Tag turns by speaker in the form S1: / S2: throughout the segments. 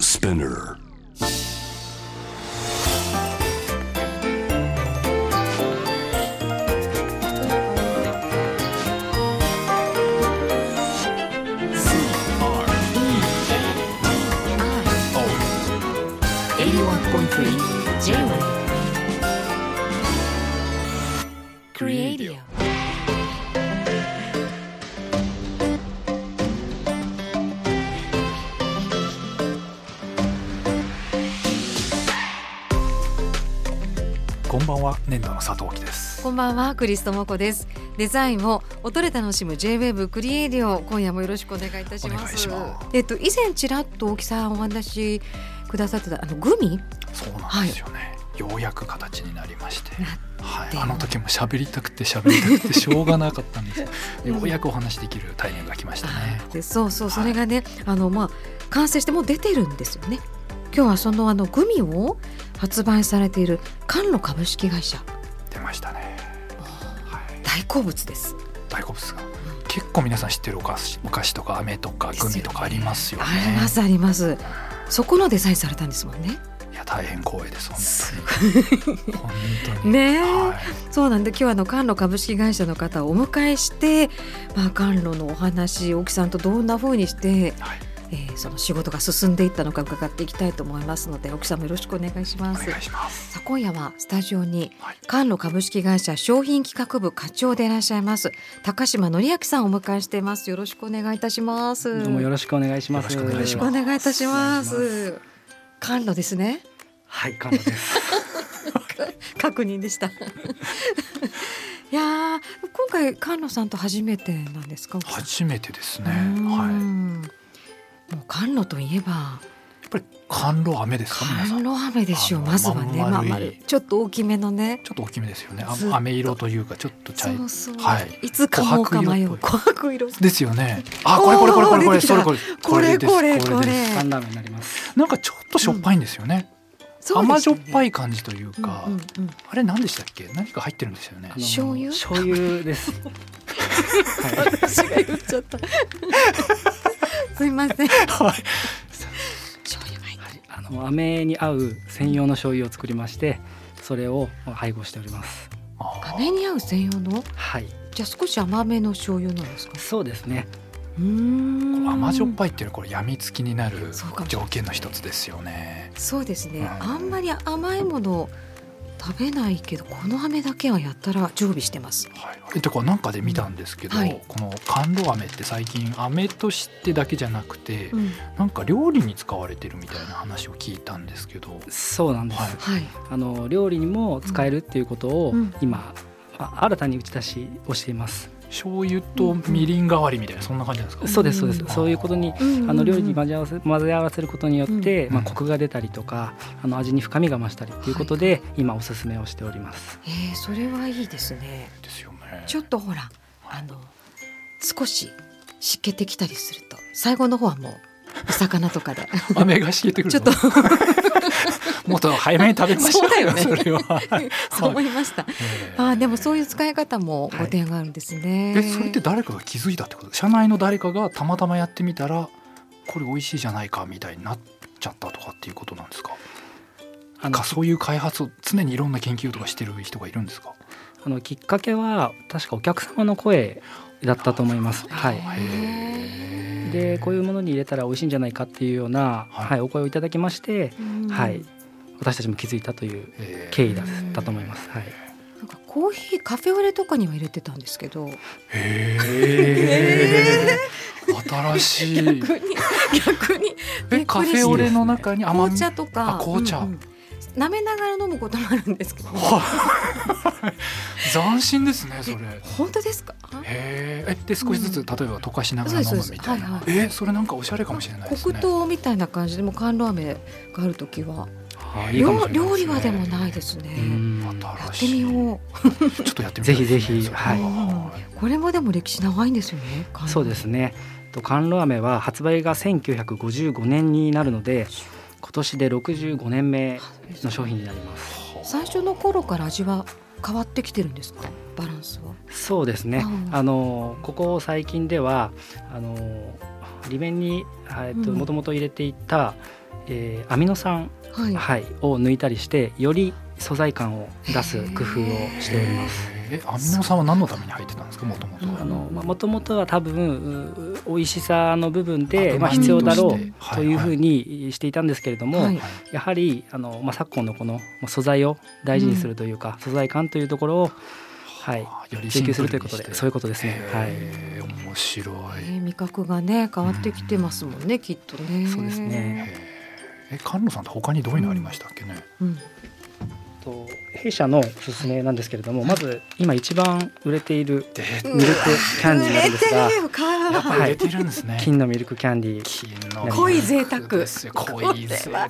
S1: Spinner.
S2: 81.3 J-Wave Creadio
S3: こんばんは、年度の佐藤貴です。
S2: こんばんはクリストモコですデザインを音で楽しむ J-Wave クリエイディオ今夜もよろしくお願いいたします
S3: お願いします
S2: えっと以前ちらっと大木さんお話しくださってたあのグミ
S3: そうなんですよね。ようやく形になりまして。はい、
S2: て
S3: あの時も喋りたくて喋りたくてしょうがなかったんです。 ようやくお話しできるタイミングが来ましたね。
S2: でそうそう
S3: は
S2: そ
S3: い
S2: れがね、あのまあ完成してもう出てるんですよね今日はそのあのグミを発売されている関路株式会社
S3: 出ましたね。はい、
S2: 大好物です
S3: 大好物が。結構皆さん知ってるお菓子、お菓子とか飴とか
S2: ですよ
S3: グ
S2: ね
S3: ミとかありますよね
S2: あ。りますありますそこのデザインされたんですもんね
S3: いや、大変光栄です。
S2: す
S3: 本当に。本当に。
S2: ねえ、
S3: はい。
S2: そうなんで今日はあの関路株式会社の方をお迎えして、まあ、関路のお話大木さんとどんな風にして、
S3: はい
S2: えーその仕事が進んでいったのか伺っていきたいと思いますので大木さんもよろしくお願いしま
S3: お
S2: す。
S3: 願いします。
S2: さあ今夜はスタジオに
S3: はい。
S2: 関路株式会社商品企画部課長でいらっしゃいます高島則明さんをお迎えしていますよろしくお願いいたします
S4: どうもよろしくお願いします。
S3: よろしくお願いしま
S2: よ
S3: す
S2: ろしくお願いいたしま
S4: お願いします
S2: 関路ですね
S4: はい、カンナです。
S2: 確認でした。いやー今回菅野さんと初めてなんですか。奥さん
S3: 初めてです
S2: う
S3: ね。
S2: ーん
S3: はい。
S2: もう菅野といえば
S3: やっぱり甘露飴ですか皆さ
S2: 菅
S3: んちょ
S2: 野飴でしょう
S3: あの
S2: まずはね、
S3: まん
S2: まあ
S3: 丸い
S2: まあちょっと大きめのね。
S3: っと大きめですよねあ
S2: ずっと
S3: 飴色というかちょっと茶
S2: そ
S3: 色
S2: うそう。
S3: はい
S2: い、つかもうか迷う
S3: 琥
S2: 琥珀色。
S3: ですよねあこれこれこれこれこ
S2: おー出
S3: れ
S2: てき
S3: そ
S2: た
S3: れこれ
S2: これ
S3: です
S2: これこ
S3: です
S2: れ。
S4: カンラーメンになります。
S3: なんかちょっとしょっぱいんですよね甘じょっぱい感じという
S2: か
S3: か。あれ何でしたっけ何か入ってるんですよね
S4: あの
S2: 醤油
S4: 醤油です。はい。
S2: 私が言っちゃ った。すいません。
S3: はい
S2: 醤油が入ってる
S4: あの飴に合う専用の醤油を作りまして、それを配合しております。
S3: あー
S2: 飴に合う専用の
S4: はい。
S2: じゃあ少し甘めの醤油なんですか。
S4: そうですね。
S2: うーん
S3: 甘じょっぱいっていうのはこれやみつきになる
S2: そうかも
S3: 条件の一つですよね
S2: そうですね、
S3: うん
S2: あんまり甘いもの食べないけどこの飴だけはやったら常備してます
S3: はいあれとかなんかで見たんですけど、
S2: はい
S3: この甘露飴って最近飴としてだけじゃなくて、
S2: うん
S3: なんか料理に使われてるみたいな話を聞いたんですけど
S4: そうなんです。
S3: は
S2: は
S3: い
S2: い
S4: あの料理にも使えるっていうことを
S2: うん
S4: 今、あ新たに打ち出しをしています。
S3: 醤油とみりん代わりみたいなそんな感じなんですか、
S4: そうですそうで
S2: うん
S4: す。そういうことにあの料理に混ぜ合わせ混ぜ合わせることによって、
S3: うん
S4: まあ、コクが出たりとかあの味に深みが増したりということで、今おすすめをしております。
S2: えーそれはいいですね
S3: ですよね
S2: ちょっとほらあの少し湿気てきたりすると最後の方はもうお魚とかで
S3: 飴がしけてくる
S2: ちょ
S3: の
S2: っと
S3: もっと早めに食べましょうよ
S2: そうだよね
S3: それは、はい
S2: そう思いました
S3: えー
S2: あーでもそういう使い方もご提案があるんですね、
S3: えそれって誰かが気づいたってこと社内の誰かがたまたまやってみたらこれ美味しいじゃないかみたいになっちゃったとかっていうことなんですか
S4: あの
S3: かそういう開発を常にいろんな研究とかしてる人がいるんですか
S4: あのきっかけは確かお客様の声だったと思います。はい
S2: へー
S4: でこういうものに入れたら美味しいんじゃないかっていうような、
S3: はい
S4: はい、お声をいただきまして、
S2: うん
S4: はい、私たちも気づいたという
S3: えー
S4: 経緯だったと思います。はい、
S2: なんかコーヒーカフェオレとかには入れてたんですけど
S3: へー新しい
S2: 逆に 逆に
S3: えカフェオレの
S2: 中
S3: 中に甘
S2: 紅
S3: み
S2: 茶とか
S3: あ紅茶
S2: うんうん舐めながら飲むこともあるんですけど
S3: はい斬新ですねそれへ
S2: 本当ですかあ
S3: ええで少しずつ、
S2: うん
S3: 例えば溶かしながら飲むみたいな、
S2: そうですそうです
S3: えそれなんかおしゃれかもしれないですね
S2: 黒糖みたいな感じでもう甘露飴がある時は
S3: あいいかも
S2: 料
S3: しれない
S2: 料理は
S3: すね
S2: でもないですね
S4: うん
S2: やっ
S3: 新
S2: て
S3: し
S2: み
S3: い
S2: よう
S3: ちょっとやってみた
S4: ぜ
S3: いで
S4: ひ
S3: すね
S4: ぜひ
S3: それ
S4: はい
S3: はい
S2: これもでも歴史長いんですよね甘露飴
S4: そうですね。と甘露飴は発売が1955年になるので今年で65年目の商品になります。
S2: 最初の頃から味は変わってきてるんですかバランスは
S4: そうですね。
S2: うん
S4: あのここ最近ではあの裏面にえっと
S2: うん
S4: 元々入れていた、えーアミノ酸、
S2: はい。
S4: はい、を抜いたりしてより素材感を出す工夫をしております。
S3: えアミノ酸は何のために入ってたんですかもともと
S2: うん
S4: あのまあ、もともとは多分う美味しさの部分で、ま
S2: 後回
S4: あ、
S2: し
S4: 必要だろ
S2: と
S3: して
S4: うというふうにしていたんですけれども、
S2: はい
S4: やはりあの、まあ、昨今のこのまあ素材を大事にするというか、素材感というところを、はい、
S3: よりシ
S4: 追
S3: ンプルに
S4: 求するということでそういうことですね。はい
S3: へー面白い
S2: えー味覚がね変わってきてますもんね、きっとね。
S4: そうですね
S3: へーえ菅野さんって他にどういうのありましたっけね、
S2: うん。
S4: と弊社のおすすめなんですけれどもまず今一番売れている
S3: で
S4: ミルクキャンディーなんですが
S2: 売れてるよ
S3: やっ
S2: か。
S3: ぱ売れてるんですね、
S4: 金のミルクキャンディー
S3: 金の
S2: 濃い贅沢
S3: ですよ濃い贅
S2: これ
S3: 沢
S2: は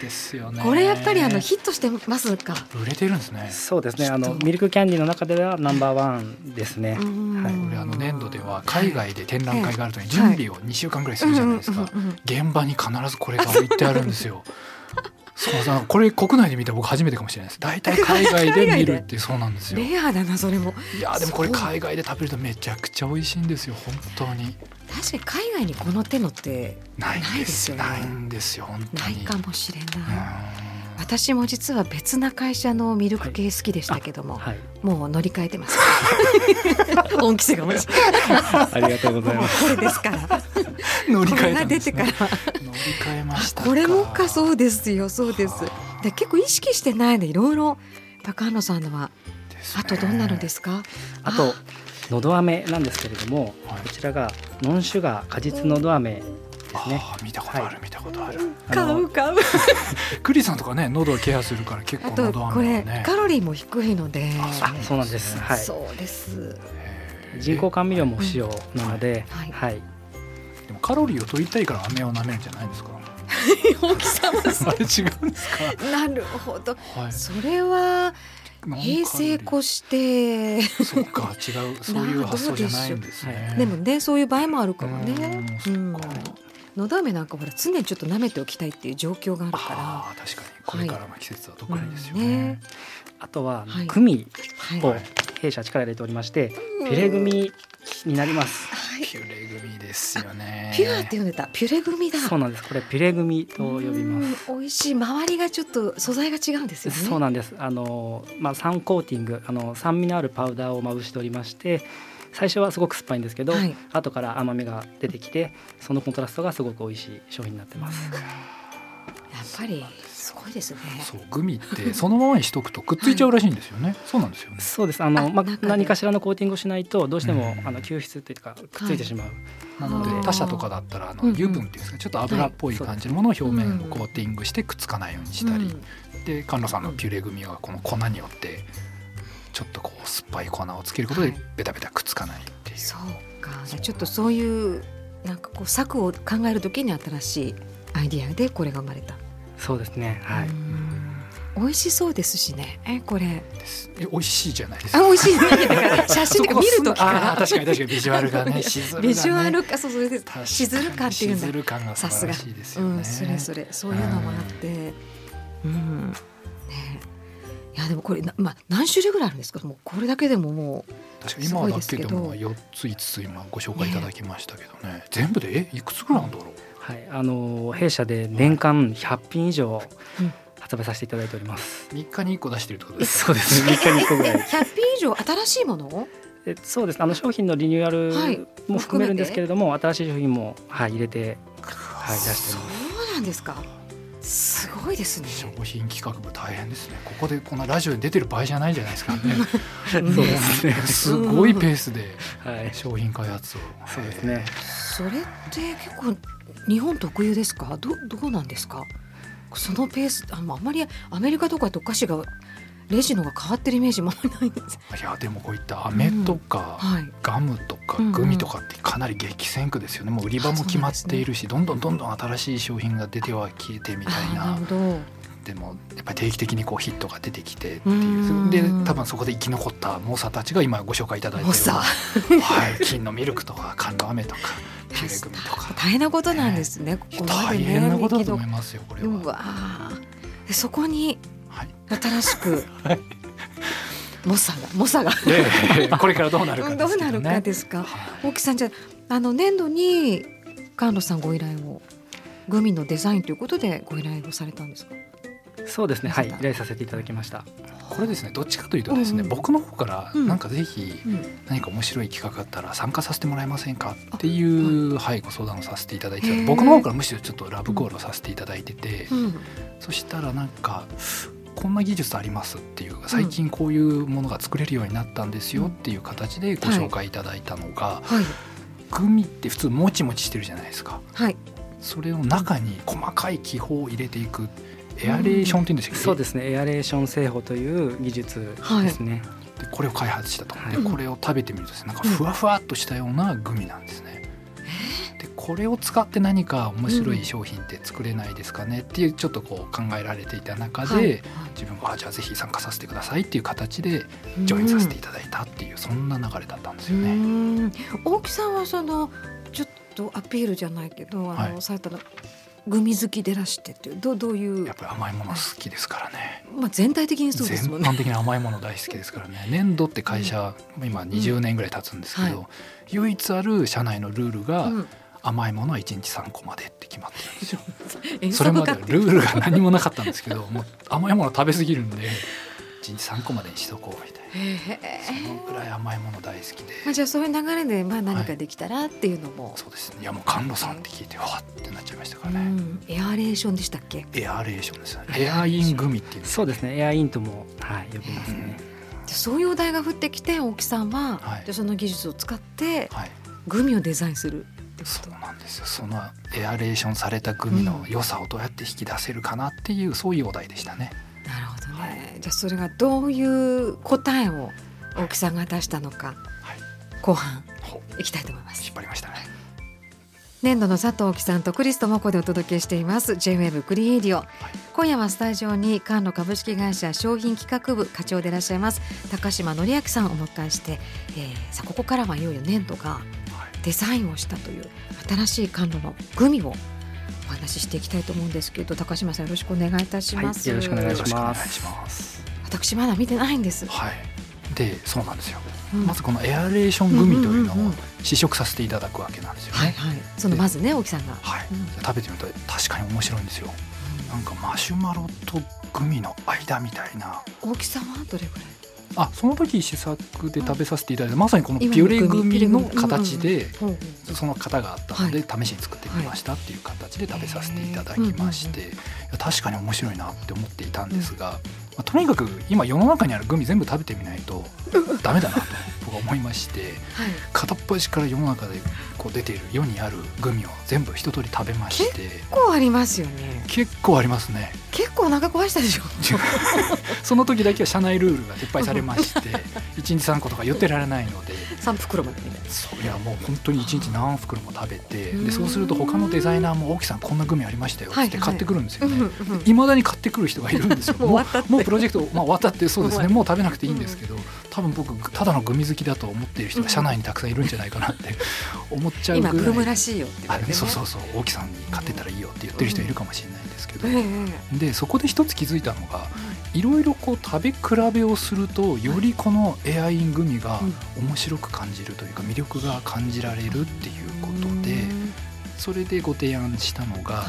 S3: ですよね
S2: これやっぱりあのヒットしてますか。
S3: 売れてるんですね
S4: そうですねあ
S2: ちょ
S4: の
S2: っと
S4: ミルクキャンディーの中ではナンバーワンですね。はい
S3: これあの年度では海外で展覧会があるとに準
S2: はい
S3: 備を2週間ぐらいするじゃないですか、現場に必ずこれが置いてあるんですよ。そうそうこれ国内で見たら僕初めてかもしれないです。大体海外で見るってそうな んですよ。
S2: レアだなそれも。
S3: いやーでもこれ海外で食べるとめちゃくちゃ美味しいんですよ本当に。
S2: 確かに海外にこの手のって
S3: ないんですよ。
S2: な
S3: ない
S2: ですよね
S3: いんですよ本当
S2: ない
S3: に。
S2: かもしれ
S3: う
S2: ない。
S3: ーん
S2: 私も実は別な会社のミルク系好きでしたけども、
S4: はい、
S2: もう乗り換えて ます。 恩着せがましい。
S4: ありがとうござい
S2: もう
S4: ます。
S2: これですから。
S3: 乗り
S2: こ
S3: 換
S2: れ
S3: えた
S2: が
S3: ん
S2: 出
S3: です
S2: てか
S3: ね
S2: ら。。
S3: 乗り換えましたか。
S2: これもかそううですよそうですで結構意識してないのいろいろ高野さんのはあとどんなのですすか
S4: あとのど飴なんですけれども、
S3: はい
S4: こちらがノンシュガー果実のど飴ですね。
S3: あー見たことある見たことある。
S4: あの
S2: 買う買う
S3: クリさんとかね喉をケアするから結
S2: あ
S3: 構
S2: と
S3: 喉
S2: こ
S3: 飴
S2: れ
S3: もね。
S2: カロリーも低いので
S3: あ
S4: あそうなんです。はい。
S2: そうです
S3: へー
S4: 人工甘味料も不使用なので、
S2: はい
S4: はい。
S3: でもカロリーを取りたいから飴を舐めるんじゃないんですか。
S2: 大きさも
S3: あれ違うんですか。
S2: なるほど
S3: は
S2: それは平成
S3: こ
S2: 越して
S3: そうか違うそういう発想じゃないんですね。
S2: でもねそういう場合もあるからね
S3: うん
S2: う
S3: そっか
S2: んのど飴なんかほら常にちょっと舐めておきたいっていう状況があるか
S3: ああ確かにこれからの季節は特にですよ
S2: うん
S3: ね
S2: ね。
S4: あとは、
S2: はい
S4: グミ
S2: ら
S4: を
S2: はい
S4: 弊社力入れておりまして、
S2: うん
S4: ピュレグミになります。
S2: はい
S3: ピュレグミですよね。
S2: ピュアって呼んでたピュレ組だ
S4: そうなんです。これピュレグミと呼びます。
S2: うん。美味しい周りがちょっと素材が違うんですよね。
S4: そうなんです。あのまあ酸コーティング、あの酸味のあるパウダーをまぶしておりまして、最初はすごく酸っぱいんですけど、
S2: はい
S4: 後から甘みが出てきて、そのコントラストがすごく美味しい商品になってます。
S2: やっぱりすごいですね。
S3: そうグミってそのままにしとくとくっついちゃうらしいんですよね。そうなんですよね。
S4: そうです。あの
S2: あ
S4: ま
S2: 中
S4: あ
S2: で
S4: 何かしらのコーティングをしないとどうしても、
S3: うん
S4: あの吸湿というかくっついてしまう。
S3: なの
S4: あ
S3: で
S4: ー
S3: 他社とかだったらあの
S2: うんうん
S3: 油分っていうんですかちょっと油っぽい感じのものを表面をコーティングしてくっつかないようにしたり
S2: うん
S3: で菅野さんのピュレグミはこの粉によってちょっとこう酸っぱい粉をつけることで
S2: はい
S3: ベタベタくっつかないっていう、
S2: そうか。じゃあちょっとそういうなんかこう策を考えるときに新しいアイディアでこれが生まれた。
S4: そうですね。はい。
S2: うん美味しそうですしね。えこれ
S3: ですえ美味しいじゃないです
S2: あ
S3: か
S2: 美味しいね。だから写真とか見るとき
S3: あ
S2: か
S3: ー確かに確かにビジュアルがねしずるが
S2: ら
S3: ね
S2: ビジュアルかそうそれで
S3: 確かに
S2: しずる感っていうんだ
S3: しず。る感が素晴らしいです
S2: う
S3: よね、
S2: ん、それそれそういうのもあって、うん、ねえ、いやでもこれなまあ何種類ぐらいあるんですか。もうこれだけでももう
S3: 確かに今だけです
S2: ご
S3: も
S2: い
S3: 4つ5つ今ご紹介いただきましたけどね全部でえいくつぐらいあるんだろう
S4: はい。あの弊社で年間100品以上
S2: うん
S4: 発売させていただいております。
S3: 3日に1個出してるってことですか
S4: そうです。ね。3日に1個ぐらい。
S2: 100品以上新しいものを
S4: えそうですあの商品のリニューア
S2: はい
S4: ルも含めるんですけれども、新しい商品も、はい、入れて、はい、出しております
S2: そうなんですか。すごいですね。
S3: 商品企画部大変ですねここでこんなラジオに出てる場合じゃないじゃないですか ね
S2: うん
S4: そ うですね
S3: すごいペースで
S4: はい
S3: 商品開発を
S4: そうですね
S2: それって結構日本特有ですか。どどうなんですか。そのペースあまああんまりアメリカとかとお菓子がレジのが変わってるイメージもあんまりないです。
S3: いやでもこういった飴とか、
S2: はい。
S3: ガムとか
S2: うんうん
S3: グミとかってかなり激戦区ですよね、もう売り場も決まっているし、どんどんどんどん新しい商品が出ては消えてみた
S2: あ
S3: い
S2: あな
S3: な
S2: るほど。
S3: でもやっぱり定期的にこうヒットが出てきてって
S2: う
S3: いうんで多分そこで生き残った猛者たちが今ご紹介いただいて
S2: もうさ
S3: る、はい、金のミルクとか缶の飴とかピュレグミとか
S2: 大変なことなんですね。ここま
S3: 大
S2: でね
S3: 変なことだと思いますよこれ
S2: う
S3: は。
S2: わーでそこに
S3: はい
S2: 新しく、モサがモサが
S3: で これからどうなるか
S2: ど
S3: で
S2: う
S3: すけ
S2: な
S3: ど
S2: るか
S3: ね。
S2: ですか。
S3: はい
S2: 大木さんじゃああの年度に菅野さんご依頼をグミのデザインということでご依頼をされたんですか
S4: そうですねはい依頼させていただきました
S3: これですねどっちかというとですね、
S2: うん
S3: 僕の方から
S2: うん
S3: なんかぜひ
S2: うん
S3: 何か面白い企画あったら参加させてもらえませんかっていう、はい、ご相談をさせていただいてた
S2: へー
S3: 僕の方からむしろちょっとラブコールをさせていただいてて、
S2: うん
S3: そしたらなんか「こんな技術あります」っていう最近こういうものが作れるようになったんですよっていう形でご紹介いただいたのが、
S2: はい
S3: グミって普通もちもちしてるじゃないですか
S2: はい
S3: それの中に細かい気泡を入れていくエアレーションっていうんですけど、
S4: そうですねエアレーション製法という技術ですね、
S3: でこれを開発したと、
S4: はい
S3: でこれを食べてみるとですねなんかふわふわっとしたようなグミなんですね。でこれを使って何か面白い商品って作れないですかねっていうちょっとこう考えられていた中で、
S2: はい
S3: 自分があじゃあぜひ参加させてくださいっていう形で
S2: うん
S3: ジョインさせていただいたっていう、そんな流れだったんですよ
S2: う
S3: ね。
S2: ん大木さんはそのちょっとアピールじゃないけどあの、
S3: はい
S2: されたのグミ好きでらしてっていうどどういう
S3: やっぱり甘いもの好きですからね
S2: まあ全体的にそうで
S3: 全
S2: すもんね。
S3: 般的に甘いもの大好きですからね粘土って会社、今20年ぐらい経つんですけど、
S2: は
S3: 唯一ある社内のルールが、
S2: うん
S3: 甘いものは1日3個までって決まってるんですよ
S2: 遠
S3: それ
S2: 足
S3: ま
S2: か
S3: で
S2: って
S3: ルールが何もなかったんですけどもう甘いもの食べ過ぎるんで1日3個までにしとこうみたいな
S2: へ
S3: その
S2: え
S3: ぐらい甘いもの大好きで
S2: まあじゃあそういう流れでまあ何かできたらっていうのも、
S3: そうですねいやもう甘露さんって聞いてわーってなっちゃいましたか
S2: う
S3: らね、
S2: ん、エアレーションでしたっけ
S3: エアレーションですよねエアイングミっていうん
S4: そうですねエアインとも、はい、呼びますね、
S2: じゃあそういうお題が降ってきて大木さんは、
S3: はい
S2: じゃあその技術を使って
S3: はい
S2: グミをデザインするってこ
S3: そう
S2: と
S3: なんですよそのエアレーションされたグミの良さをどうやって引き出せるかなっていうそういうお題でしたね
S2: なるほどね、
S3: は
S2: じゃあそれがどういう答えを大木さんが出したのか、
S3: はい
S2: 後半
S3: ほ
S2: いきたいと思います
S3: 引っ張りましたね
S2: 年度の佐藤貴さんとクリストモコでお届けしています J-WAVE クリエイディオ、今夜はスタジオに関路株式会社商品企画部課長でいらっしゃいます高島則明さんをお迎えして、えーさあここからはいよいよ年度が
S3: はい
S2: デザインをしたという新しい関路のグミをお話ししていきたいと思うんですけど高島さんよろしくお願いいたしま
S4: は
S2: す、
S4: いよろしくお願いします
S3: よろしくお願いします
S2: 私まだ見てないんです、
S3: はいでそうなんですよ
S2: うん
S3: まずこのエアレーショングミというの
S2: うんうんうんう
S3: を
S2: ん
S3: 試食させていただくわけなんですよね。
S2: はいはいそのまずね大木さんが、
S3: はい
S2: うん
S3: 食べてみると確かに面白いんですよ。なんかマシュマロとグミの間みたいな。
S2: 大木さんはどれぐらい
S3: あその時試作で食べさせていただいたまさにこのピュレグミの形で。
S2: ほうほう
S3: その型があったので試しに作ってみましたっていう形で食べさせていただきましていや確かに面白いなって思っていたんですが、まあとにかく今世の中にあるグミ全部食べてみない とダメだなと僕は思いまして。
S2: はい
S3: 片っ端から世の中でこう出ている世にあるグミを全部一通り食べまして
S2: 結構ありますよね
S3: 結構ありますね
S2: 結構お腹壊したでしょ
S3: その時だけは社内ルールが撤廃されまして一日3個とか言ってられないので
S2: 三袋までみたいな
S3: そりゃもう本当に一日何袋も食べて
S2: うー
S3: で
S2: ん
S3: そうすると他のデザイナーも「大木さんこんなグミありましたよ」
S2: はい
S3: って買ってくるんですよ
S2: うん
S3: ね。
S2: うん
S3: いまだに買ってくる人がいるん ですよ
S2: もう終わったって
S3: もうプロジェクト、まあ、終わったってそうですね
S2: も
S3: もう食べなくていいんですけど多分僕ただのグミ好きだと思っている人が社内にたくさんいるんじゃないかなって思っちゃうぐ
S2: 今
S3: らい
S2: ブームらしいよって言わ
S3: あ
S2: れて、ね、
S3: そうそうそう大木さんに買ってたらいいよって言ってる人いるかもしれないんですけど、
S2: えええ
S3: でそこで一つ気づいたのがいろいろこう食べ比べをするとよりこのエアイングミが面白く感じるというか魅力が感じられるっていう
S2: え
S3: こと
S2: う
S3: で
S2: ーん
S3: それでご提案したのが
S2: はい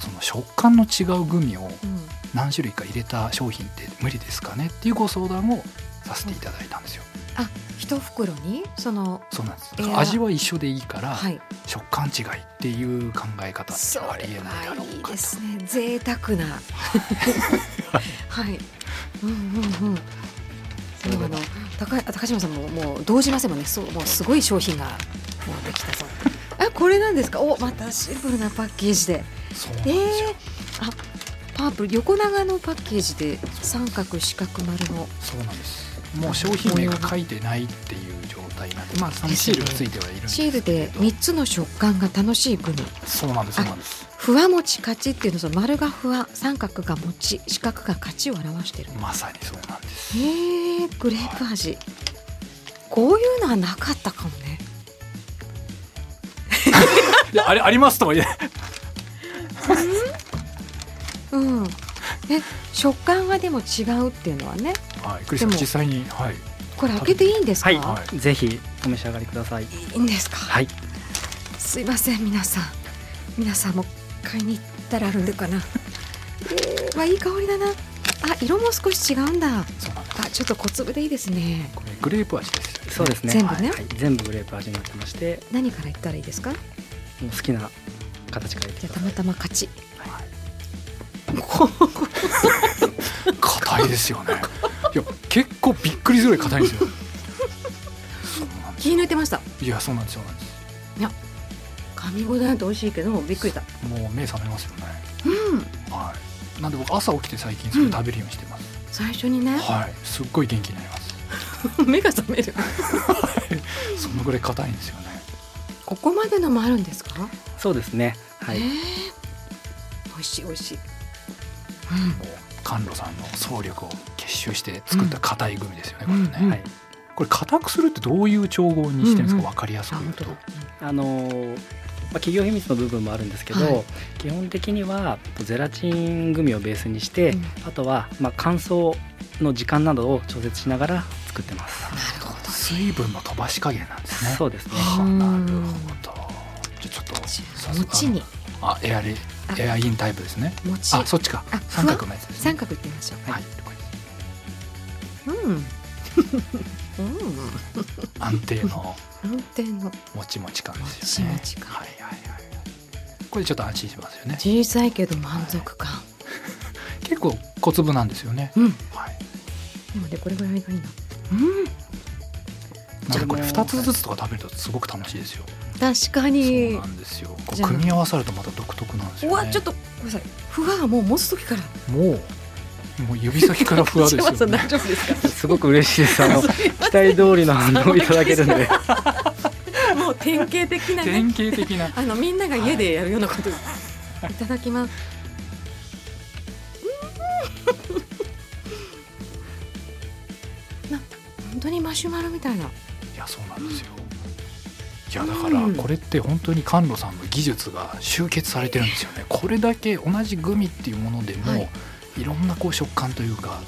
S3: その食感の違うグミを
S2: うん
S3: 何種類か入れた商品って無理ですかねっていうご相談をさせていただいたんですよ。
S2: あ一袋にその
S3: そうなんです
S2: いやー
S3: 味は一緒でいいから
S2: はい
S3: 食感違いっていう考え方って
S2: そ
S3: あり
S2: れ
S3: えないだ
S2: は
S3: ろ
S2: いうい
S3: か
S2: で
S3: と。
S2: すね贅沢 なはいうんうんうん
S3: そ
S2: で
S3: れ
S2: も
S3: が
S2: あの高い高島さんももう動じませんもんねそうもうすごい商品がもうでき たぞあこれなんですかおまたシンプルなパッケージで
S3: そうなん
S2: え
S3: ですよ
S2: ー、あパープル横長のパッケージで三角四角丸の
S3: そうなんです。もう商品名が書いてないっていう状態なんで、まあ、そのシールがついてはいるんです
S2: シ
S3: け
S2: ー
S3: ど。
S2: ルで三つの食感が楽しいグミ
S3: そうなんです。そうなんです。
S2: ふわもち勝ちっていうのはその丸がふわ三角がもち四角が勝ちを表してる
S3: まさにそうなんです。
S2: へえグレープ味こういうのはなかったかもね
S3: いや、あれ、ありますとも言え。
S2: うんえ食感がでも違うっていうのはね
S3: はい、クリスさん、
S2: でも
S3: 実際に、はい。
S2: これ開けていいんですか、
S4: はい、
S3: はい
S4: ぜひお召し上がりください
S2: いいんですか
S4: はい
S2: すいません皆さん皆さんも買いに行ったらあるのかな。 えー、まあいい香りだな。あ、色も少し違うんだ。あ、
S3: そうなんで
S2: ち
S3: す
S2: ょっと小粒でいいですね。
S3: これグレープ味ですよね
S4: そうですね
S2: 全部ね
S4: はい、全部グレープ味になってまして
S2: 何から言ったらいいですか。
S4: もう好きな形からいって
S2: じゃ
S4: く
S2: あ
S4: だ
S2: たまた
S4: さ
S2: ま勝ち。
S3: 硬いですよねいや結構びっくりするぐらい硬いんですよそうなんで
S2: 気抜いてました。
S3: すいやそうなんですそうなんです
S2: 噛み応えあって美味しいけどもびっくりだ。
S3: もう目覚めますよね
S2: うん。
S3: はいなんで僕朝起きて最近それ食べるようにしてます、
S2: 最初にね、
S3: はいすっごい元気になります
S2: 目が覚める。
S3: そのぐらい硬いんですよね
S2: ここまでのもあるんですか。
S4: いそうですねはい
S2: えー美味しい美味しい。
S3: もう甘露さんの総力を結集して作った硬いグミですよね、
S2: うん
S3: これ
S2: う
S3: ね、
S2: ん
S4: はい、
S3: これ硬くするってどういう調合にしてるんですか、
S2: うんう
S3: わ
S2: ん
S3: 分かりやすく言うと、
S4: あのーまあ、企業秘密の部分もあるんですけど、
S2: はい
S4: 基本的にはゼラチングミをベースにして、
S2: うん
S4: あとはまあ乾燥の時間などを調節しながら作ってます、
S2: なるほど。
S3: 水分の飛ばし加減なんですね
S4: そうですね
S3: はあ
S2: うん
S3: なるほどじゃあちょっと早速
S2: 餅に
S3: あエアリ
S2: あ
S3: エアインタイプですね
S2: 餅
S3: あそっちか
S2: あ
S3: 三角のやつです、ね、
S2: 三角いってみましょう。
S3: はい、
S2: うん。う
S3: 安定の
S2: ん。安定の
S3: もちもち感ですよね
S2: もちもち感
S3: はいはいはいこれちょっと安心しますよね
S2: 小さいけど満足感。
S3: 結構小粒なんですよね
S2: うん。
S3: はい
S2: でもねこれぐらいがいいな。
S3: なんでこれ二つずつとか食べるとすごく楽しいですよ
S2: 確か
S3: そう
S2: に
S3: な。んですよこ
S2: じ
S3: う
S2: ゃあ
S3: 組み合わさるとまた独特なんです
S2: う
S3: よ
S2: わ
S3: ね
S2: ちょっとごめんなさい。ふわはもう持つ時から。
S3: もうもう指先からふわ ですよ
S2: 千葉さん
S3: ね
S2: 大丈夫ですか。
S4: すごく嬉しいですあの期待通りの反応をいただけるんで
S2: もう典型的なね。
S3: 典型的な
S2: あのみんなが家でやるようなこと。いただきます。うんな本当にマシュマロみたいな。
S3: いやそうなんですよいやだからこれって本当に甘露さんの技術が集結されてるんですよねこれだけ同じグミっていうものでも、
S2: はい
S3: い、ろんなこう食感というか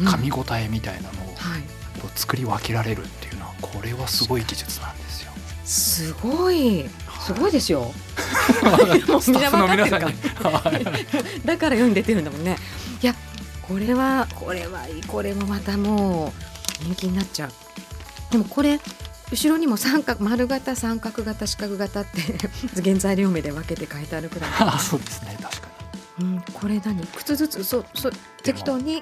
S2: うん
S3: 噛み応えみたいなのを
S2: はい。
S3: こう作り分けられるっていうのはこれはすごい技術なんですよ。
S2: すごい。すごいですよ。もう
S3: スタッフの皆さんに
S2: みん
S3: はい
S2: だから世に出てるんだもんね。いや、これは、これはいい、これもまたもう人気になっちゃう。でもこれ、後ろにも三角、丸型、三角型、四角型って原材料名で分けて書いてあるくらい。
S3: あそうですね確か
S2: うん、これ何、靴ずつ、そう、そう、適当に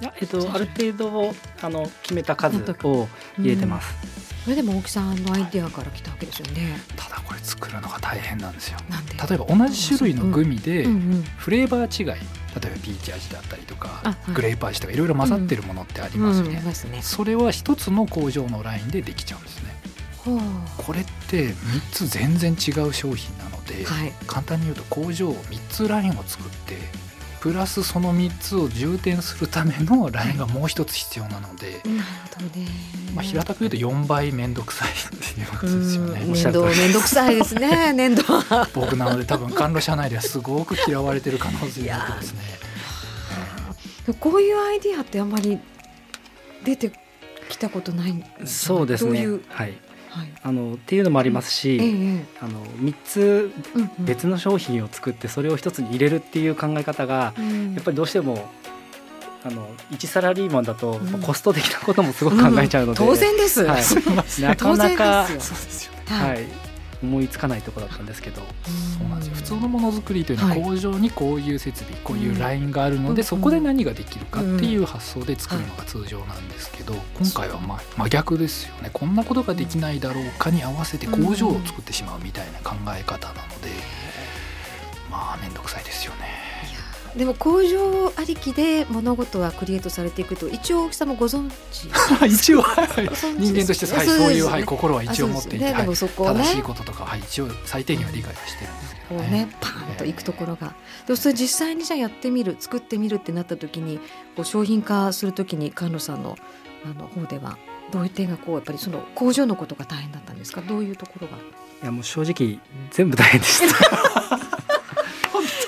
S4: いやえっと、ある程度あの決めた数を入れてます、
S2: うん。それでも大木さんのアイデアから来たわけですよね。
S3: にただこれ作るのが大変なんですよ。
S2: なんで。
S3: 例えば同じ種類のグミで
S2: うんうん、
S3: フレーバー違い例えばピーチ味だったりと
S2: あ
S3: か
S2: はい
S3: グレープ味とかいろいろ混ざってるものってあり
S2: う
S3: ます
S2: ん、い
S3: ね。
S2: ますね。
S3: それは一つの工場のラインでできちゃうんですね
S2: ほう。
S3: これって3つ全然違う商品なので、
S2: はい。
S3: 簡単に言うと工場を3つラインを作ってプラスその3つを充填するためのラインがもう1つ必要なので、
S2: なるほどね。
S3: まあ、平たく言うと4倍面倒くさいっていうことですよ
S2: うん
S3: ね
S4: しゃ
S2: 粘
S4: る通
S2: 土
S4: り
S2: めんどくさいです ね粘土は
S3: 僕なので多分甘露社内ではすごく嫌われてる可能性があってですね
S2: こういうアイディアってあんまり出てきたことないんですよね
S4: そうです
S2: どう
S4: ね
S2: いう、
S4: はい、
S2: はい、
S4: あのっていうのもありますし、
S2: えええ
S4: あの3つ
S2: えうんうん
S4: 別の商品を作ってそれを一つに入れるっていう考え方が
S2: うん
S4: やっぱりどうしてもあの一サラリーマンだと
S2: うん
S4: コスト的なこともすごく考えちゃうので、
S2: 当然です、
S4: はい
S2: そう
S4: なかなか
S2: 当然です
S3: うですよね
S2: はい
S4: はい、思いつかないところだったんですけど、
S3: そうなんですよ普通のものづくりというのは
S2: はい
S3: 工場にこういう設備、こういうラインがある
S2: う
S3: の
S2: んう
S3: で
S2: ん
S3: そこで何ができるかっていう発想で作るのが通常なんですけど今回はま真逆ですよねこんなことができないだろうかに合わせて工場を作ってしまうみたいな考え方なのでまあ面倒くさいですよ ね。
S2: でも工場ありきで物事はクリエイトされていくと一応大きさもご存知
S3: 一応
S2: ご存知です
S3: 人間として、はい、
S2: そう
S3: そう
S2: ですよね
S3: いう、はい、心は一応持
S2: あ
S3: っ
S2: そう
S3: て
S2: で
S3: い
S2: すね、
S3: て、は
S2: で
S3: い
S2: も、そこを
S3: 正し
S2: ね
S3: いこととか、はい、一応最低限は理解はしてるんですけ
S2: こう
S3: ど
S2: ね
S3: ね。
S2: パーンといくところが、でそれ実際にじゃあやってみる作ってみるってなった時にこう商品化する時に菅野さんのあの方ではどういう点がこうやっぱりその工場のことが大変だったんですかどういうところが
S4: いやもう正直全部大変 でした。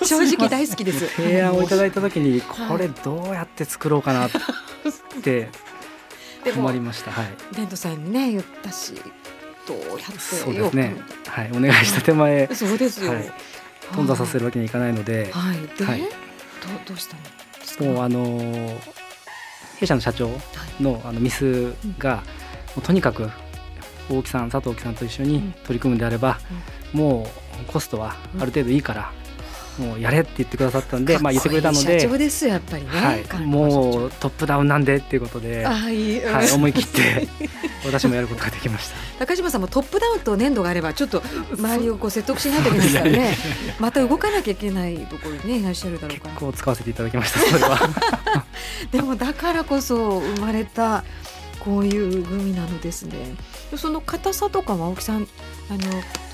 S2: 正直大好きです。
S4: 提案をいただいた時に
S2: はい
S4: これどうやって作ろうかなって
S2: でも
S4: 困りました。はい、
S2: レントさんにね言ったしどうやって
S4: そう
S2: よ
S4: ですね。はい、お願いした手前、
S2: そうですよ、
S4: はい頓挫させるわけにいかないので、
S2: はい。で、
S4: はい
S2: どどうしたのですか。
S4: もうあのー弊社の社長のあのミスが、もうとにかく大木さん佐藤木さんと一緒に
S2: うん
S4: 取り組むんであれば、もうコストはある程度いいから、もうやれって言ってくださったんで、まあ、言ってくれたの
S2: かっこいい
S4: で
S2: 社長ですよやっぱりね。
S4: はい、
S2: 管理の社長
S4: もうトップダウンなんでっていうことで、は
S2: あいい。うん
S4: い、思い切って 私もやることができました。
S2: 中島さんもトップダウンと粘土があればちょっと周りをこう説得しないといけないですからねまた動かなきゃいけないところにねいらっしゃるだろう
S4: 結
S2: から
S4: 構使わせていただき ましたそれは
S2: でもだからこそ生まれたこういうグミなのですねその硬さとかは青木さんあの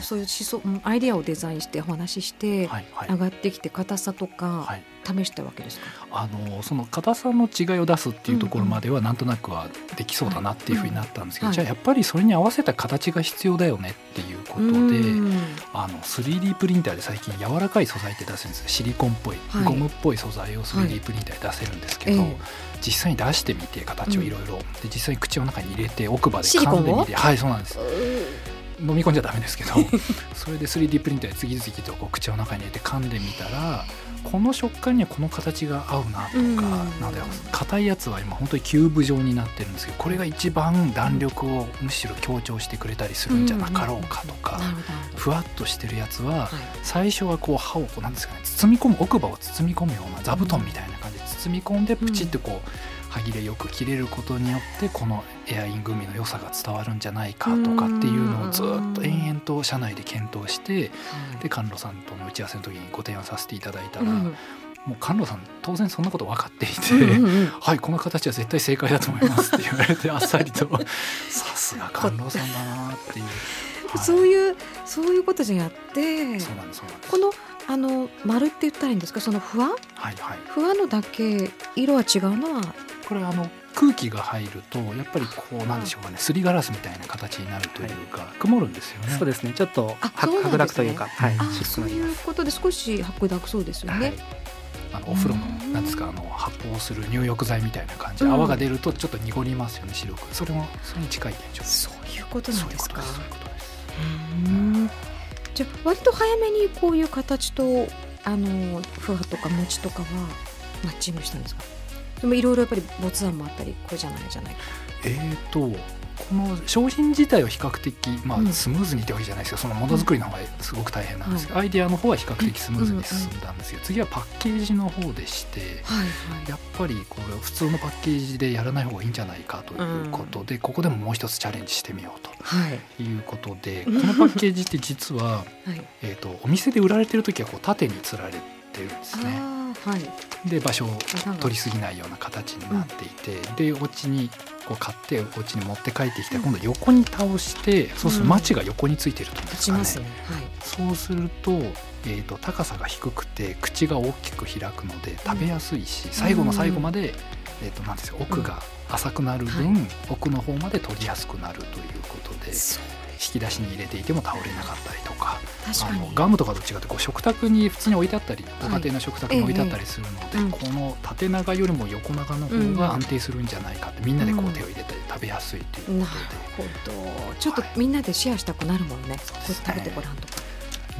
S2: そういう思想うんアイディアをデザインしてお話しして
S3: はいはい
S2: 上がってきて硬さと
S3: は
S2: か
S3: い、
S2: 試したわけですか、
S3: あのその硬さの違いを出すっていうところまではなんとなくはできそうだなっていうふうになったんですけど、
S2: はい
S3: じゃあやっぱりそれに合わせた形が必要だよねっていうことで、
S2: うん
S3: あの 3D プリンターで最近柔らかい素材って出せるんですよシリコンっぽい、
S2: はい
S3: ゴムっぽい素材を
S2: はい
S3: 3D プリンターで出せるんですけど、
S2: ええ
S3: 実際に出してみて形をいろいろで実際に口の中に入れて奥歯で
S2: シリコン
S3: 噛
S2: を
S3: んでみてはいそうなんです飲み込んじゃダメですけど それで 3D プリンターで次々とこう口の中に入れて噛んでみたらこの食感にはこの形が合うなとか、
S2: うん
S3: なんだよ硬いやつは今本当にキューブ状になってるんですけどこれが一番弾力をむしろ強調してくれたりするんじゃなかろうかとか。
S2: なるほどなるほど
S3: ふわっとしてるやつ
S2: は
S3: は
S2: い
S3: 最初はこう歯をこうなんですかね包み込む奥歯を包み込むような座布団みたいな感じで包み込んでプチってこう歯切れよく切れることによってこのエアイングミの良さが伝わるんじゃないかとかっていうのをずっと延々と社内で検討してで菅野さんとの打ち合わせの時にご提案させていただいたら
S2: うん
S3: もう菅野さん当然そんなこと分かってい
S2: うんうん
S3: て。
S2: うん
S3: はいこの形は絶対正解だと思いますって言われてあっさ りとさすが菅野さんだなっていう、はい
S2: そういうそういうことじゃやって
S3: そうなんですそうなんです
S2: このあの丸って言ったらいいんですかそのふわ
S3: はいはい
S2: ふわのだけ色は違うのは
S3: これあの空気が入るとやっぱりこうなんでしょうかねすりガラスみたいな形になるというか、曇るんですよね。
S4: そうですねちょっと
S2: あ
S4: は
S2: そうなんですね
S4: 白濁というか、はい
S2: あ、
S4: 白く
S2: そう
S4: なり
S2: い
S4: ま
S2: う
S4: す
S2: ことで少し白濁そうですよ
S4: は
S2: ね
S4: い。
S3: あのお風呂の
S2: うん
S3: なんですかあの発泡する入浴剤みたいな感じで
S2: うん
S3: 泡が出るとちょっと濁りますよね白くそれもそれに近い現象です。
S2: そういうことなんですか。
S3: そういうことです
S2: うーんじゃあ割と早めにこういう形とあのふわとか餅とかはマッチングしたんですか。でもいろいろやっぱりボツ案もあったりこれじゃないじゃないか。
S3: えー、とこの商品自体は比較的、ま
S2: うん
S3: あ、スムーズにってわけじゃないですけど、そのものづくりの方がすごく大変なんですけど、アイデアの方は比較的スムーズに進んだんですけど、次はパッケージの方でして、
S2: はい
S3: やっぱりこれ普通のパッケージでやらない方がいいんじゃないかということで、ここでももう一つチャレンジしてみようと
S2: はい
S3: いうことでこのパッケージって実は
S2: はい。はい。
S3: えーとお店で売られてる時はこう縦につられてるんですね。
S2: ああはい。
S3: で場所を取りすぎないような形になっていて、でお家にこう買ってお家に持って帰ってきて今度横に倒してそうするとマチが横についてると思うんで
S2: 立
S3: す
S2: ち
S3: かね。
S2: ますね。はい。
S3: そうすると,、えー、と高さが低くて口が大きく開くので食べやすいし、最後の最後まで,、えー、となんですよ奥が浅くなる分、奥の方まで取りやすくなるということで
S2: そう
S3: 引き出しに入れていても倒れなかったりとか
S2: 確
S3: あ
S2: か
S3: の
S2: に。
S3: ガムとかと違ってこう食卓に普通に置いてあったりご家庭の食卓に置いてあったりするので、
S2: ええええ
S3: この縦長よりも横長の方が安定するんじゃないかって、みんなでこう手を入れて食べやすいということで。
S2: なるほど。ちょっとみんなでシェアしたくなるもんね。
S3: そう
S2: こ
S3: です
S2: れ食
S3: ね
S2: べてごらんとか。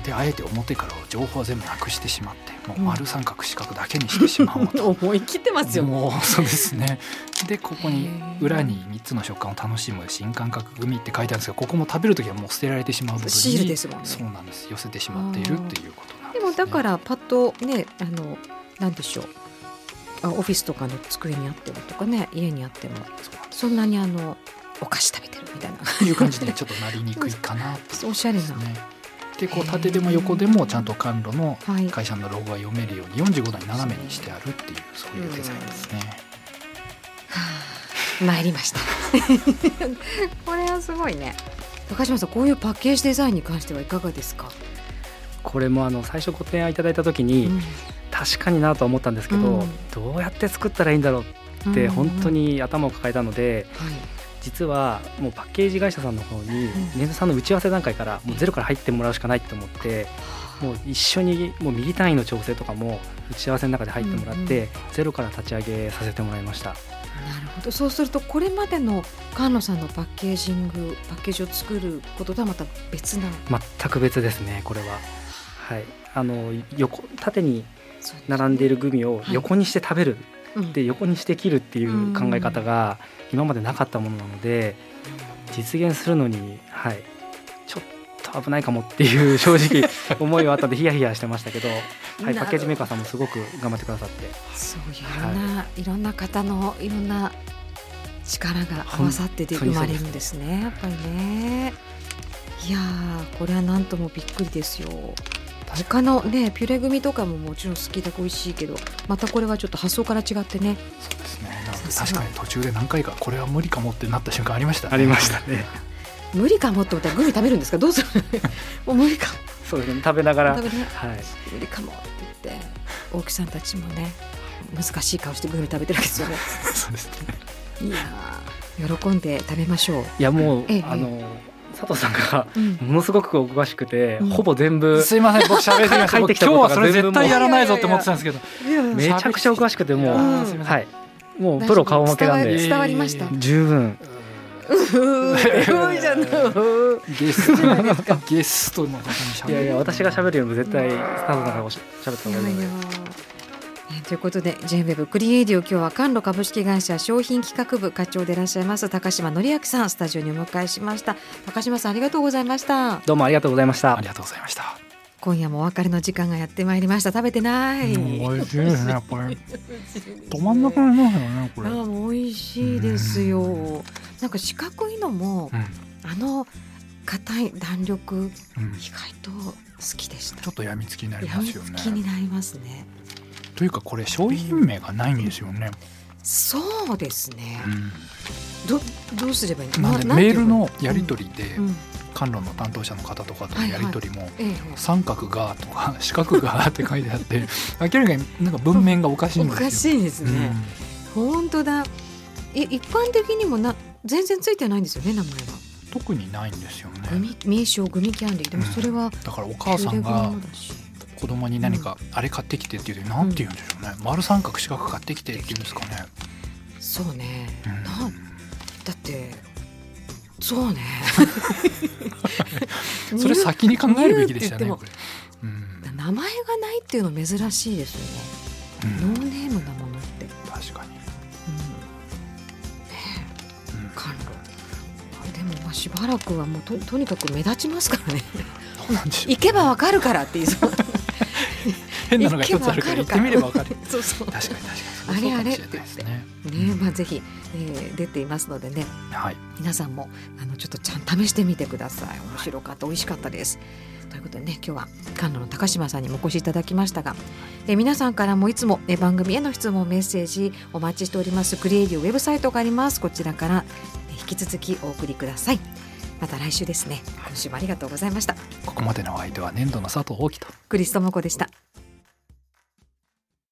S3: であえて表から情報は全部なくしてしまってもう丸三角四角だけにしてしまおうと。
S2: 思い切ってますよ。
S3: もう そうですねでここに
S2: へー
S3: 裏に3つの食感を楽しむ新感覚グミって書いてあるんですがここも食べる時はもう捨てられてしまう部分に
S2: シールですもんね
S3: そうなんです寄せてしまっているっていうことなん
S2: で
S3: です、ね、
S2: もだからパッとねあのなんでしょうあオフィスとかの机にあってもとかね家にあっても
S3: そう
S2: そんなにあのお菓子食べてるみたいな
S3: っていう感じでちょっとなりにくいかなっていう
S2: おしゃれ
S3: で
S2: な、
S3: すねでこう縦でも横でもちゃんと甘露の
S2: はい
S3: 会社のロゴが読めるように45度に斜めにしてあるっていうそういうデザインですね、
S2: 参りま したこれはすごいね高島さんこういうパッケージデザインに関してはいかがですか、
S4: これもあの最初ご提案いただいた時に、確かになとは思ったんですけど、
S2: うん
S4: どうやって作ったらいいんだろうって本当、に頭を抱えたので、
S2: はい、
S4: 実はもうパッケージ会社さんの方に
S2: ん
S4: ネズさんの打ち合わせ段階からもうゼロから入ってもらうしかないと思ってもう一緒にもうミリ単位の調整とかも打ち合わせの中で入ってもらって、
S2: う
S4: ゼロから立ち上げさせてもらいました
S2: なるほどそうするとこれまでの菅野さんのパッケージングパッケージを作ることとはまた別な
S4: 全く別ですねこれははい、あの横縦に並んでいるグミを横にして食べる、
S2: うん
S4: で横にして切るっていう考え方が今までなかったものなので実現するのに、はい、ちょっと危ないかもって いう正直思いはあったんでヒヤヒヤしてましたけど、はい、パッケージメーカーさんもすごく頑張ってくださって
S2: そういういろんな、い、ろんな方のいろんな力が合わさってで
S4: 本当
S2: 生
S4: に
S2: ま
S4: そう
S2: れ
S4: です
S2: るんですねやっぱりねいやーこれはなんともびっくりですよ他のねピュレ組とかももちろん好きで美味しいけどまたこれはちょっと発想から違ってね
S3: そうですねなので確かに途中で何回かこれは無理かもってなった瞬間ありましたね
S4: ありましたね。
S2: 無理かもって思ったらグミ食べるんですかどうする もう無理か
S4: そうですね食べながら
S2: も食べね
S4: はい、
S2: 無理かもって言って大木さんたちもね難しい顔してグミ食べてるわけですよね
S3: そうですね
S2: いやー喜んで食べましょう、
S4: いやもう、
S2: ええ
S4: あの佐藤さんが
S2: うん
S4: ものすごくお詳しくて、
S2: うん
S4: ほぼ全部
S3: すいません僕喋りすぎました
S4: 帰っ
S3: 僕今
S4: てきた
S3: 日
S4: こと
S3: は
S4: が
S3: それ絶対やらないぞって思ってたんですけど
S4: めちゃくちゃお詳しくてもう、
S2: うん
S4: はいもうプロ顔負けな
S2: 大
S4: んで
S2: 丈夫伝わりました
S3: いえいえい
S4: 十分
S2: うーいじゃない
S3: ゲストゲストの方に喋
S4: い
S3: る
S4: やいや私が喋るよりも絶対佐藤さんがおし喋った方
S2: い
S4: が
S2: や
S4: いい
S2: い
S4: ので
S2: や。えーということで JWEB クリエイディオ今日は関路株式会社商品企画部課長でいらっしゃいます高島則明さんスタジオにお迎えしました高島さんありがとうございました
S4: どうもありがとうございました
S3: ありがとうございました
S2: 今夜もお別れの時間がやってまいりました食べてない
S3: うん美味しいですねこれ止まんなくなりますよねこ
S2: あ
S3: れ、うん、
S2: ーもう美味しいですよなんか四角いのもあの硬い弾力
S3: う
S2: 意
S3: ん
S2: 外と好きでした
S3: ちょっとやみつきになり
S2: や
S3: ま
S2: み
S3: すよ
S2: つきに
S3: ね
S2: なりますね
S3: というかこれ商品名がないんですよね、
S2: そうですね
S3: う
S2: どどうすればいい
S3: ん、
S2: の
S3: なんで
S2: なて
S3: メー
S2: 呼ぶ
S3: ルのやり取りで
S2: うん
S3: 関路の担当者の方とかとのやり取りも
S2: ええ
S3: 三角がとか四角がって書いてあって明らかになんか文面がおかしい
S2: お
S3: んですよ
S2: かしいですね、
S3: う
S2: 本当だい一般的にもな全然ついてないんですよね名前は
S3: ん特にないんですよ
S2: グ
S3: ね
S2: ミ名称グミキャンディーでもそれは
S3: だからお母さ
S2: グ
S3: んが
S2: レゴロだし
S3: 子供に何かあれ買ってきてっていう時なんて言うんでしょうね丸三角四角買ってきてっていうんですかね
S2: そうね、
S3: うん
S2: なんだってそうね
S3: それ先に考えるべきでしたね
S2: ニュー
S3: こ
S2: って
S3: れうん
S2: 言っても名前がないっていうの珍しいです
S3: う
S2: よね、
S3: ん
S2: ノーネームなものって、うん、ね
S3: 確かにうん
S2: 甘露あでもまあしばらくはもうととにかく目立ちますからね
S3: どうなんでしょう
S2: 行けばわかるからって言いそう
S3: 変なのが一つあるから
S2: 行
S3: 行っ
S2: けば
S3: てみれば
S2: わ
S3: わかる
S2: そうそう
S3: 確かに確かに
S2: あれあれ
S3: そうかもしないですね
S2: ねまあぜひ、えー出ていますのでね
S3: はい
S2: 皆さんもあのちょっとちゃん試してみてください面白かった美味しかったですということでね今日は菅野の高島さんにもお越しいただきましたが、えー皆さんからもいつも、えー番組への質問メッセージお待ちしておりますクリエイディオウェブサイトがありますこちらから、えー引き続きお送りくださいまた来週ですね今週もありがとうございました
S3: ここまでのお相手は年度の佐藤大樹と
S2: クリストモコでした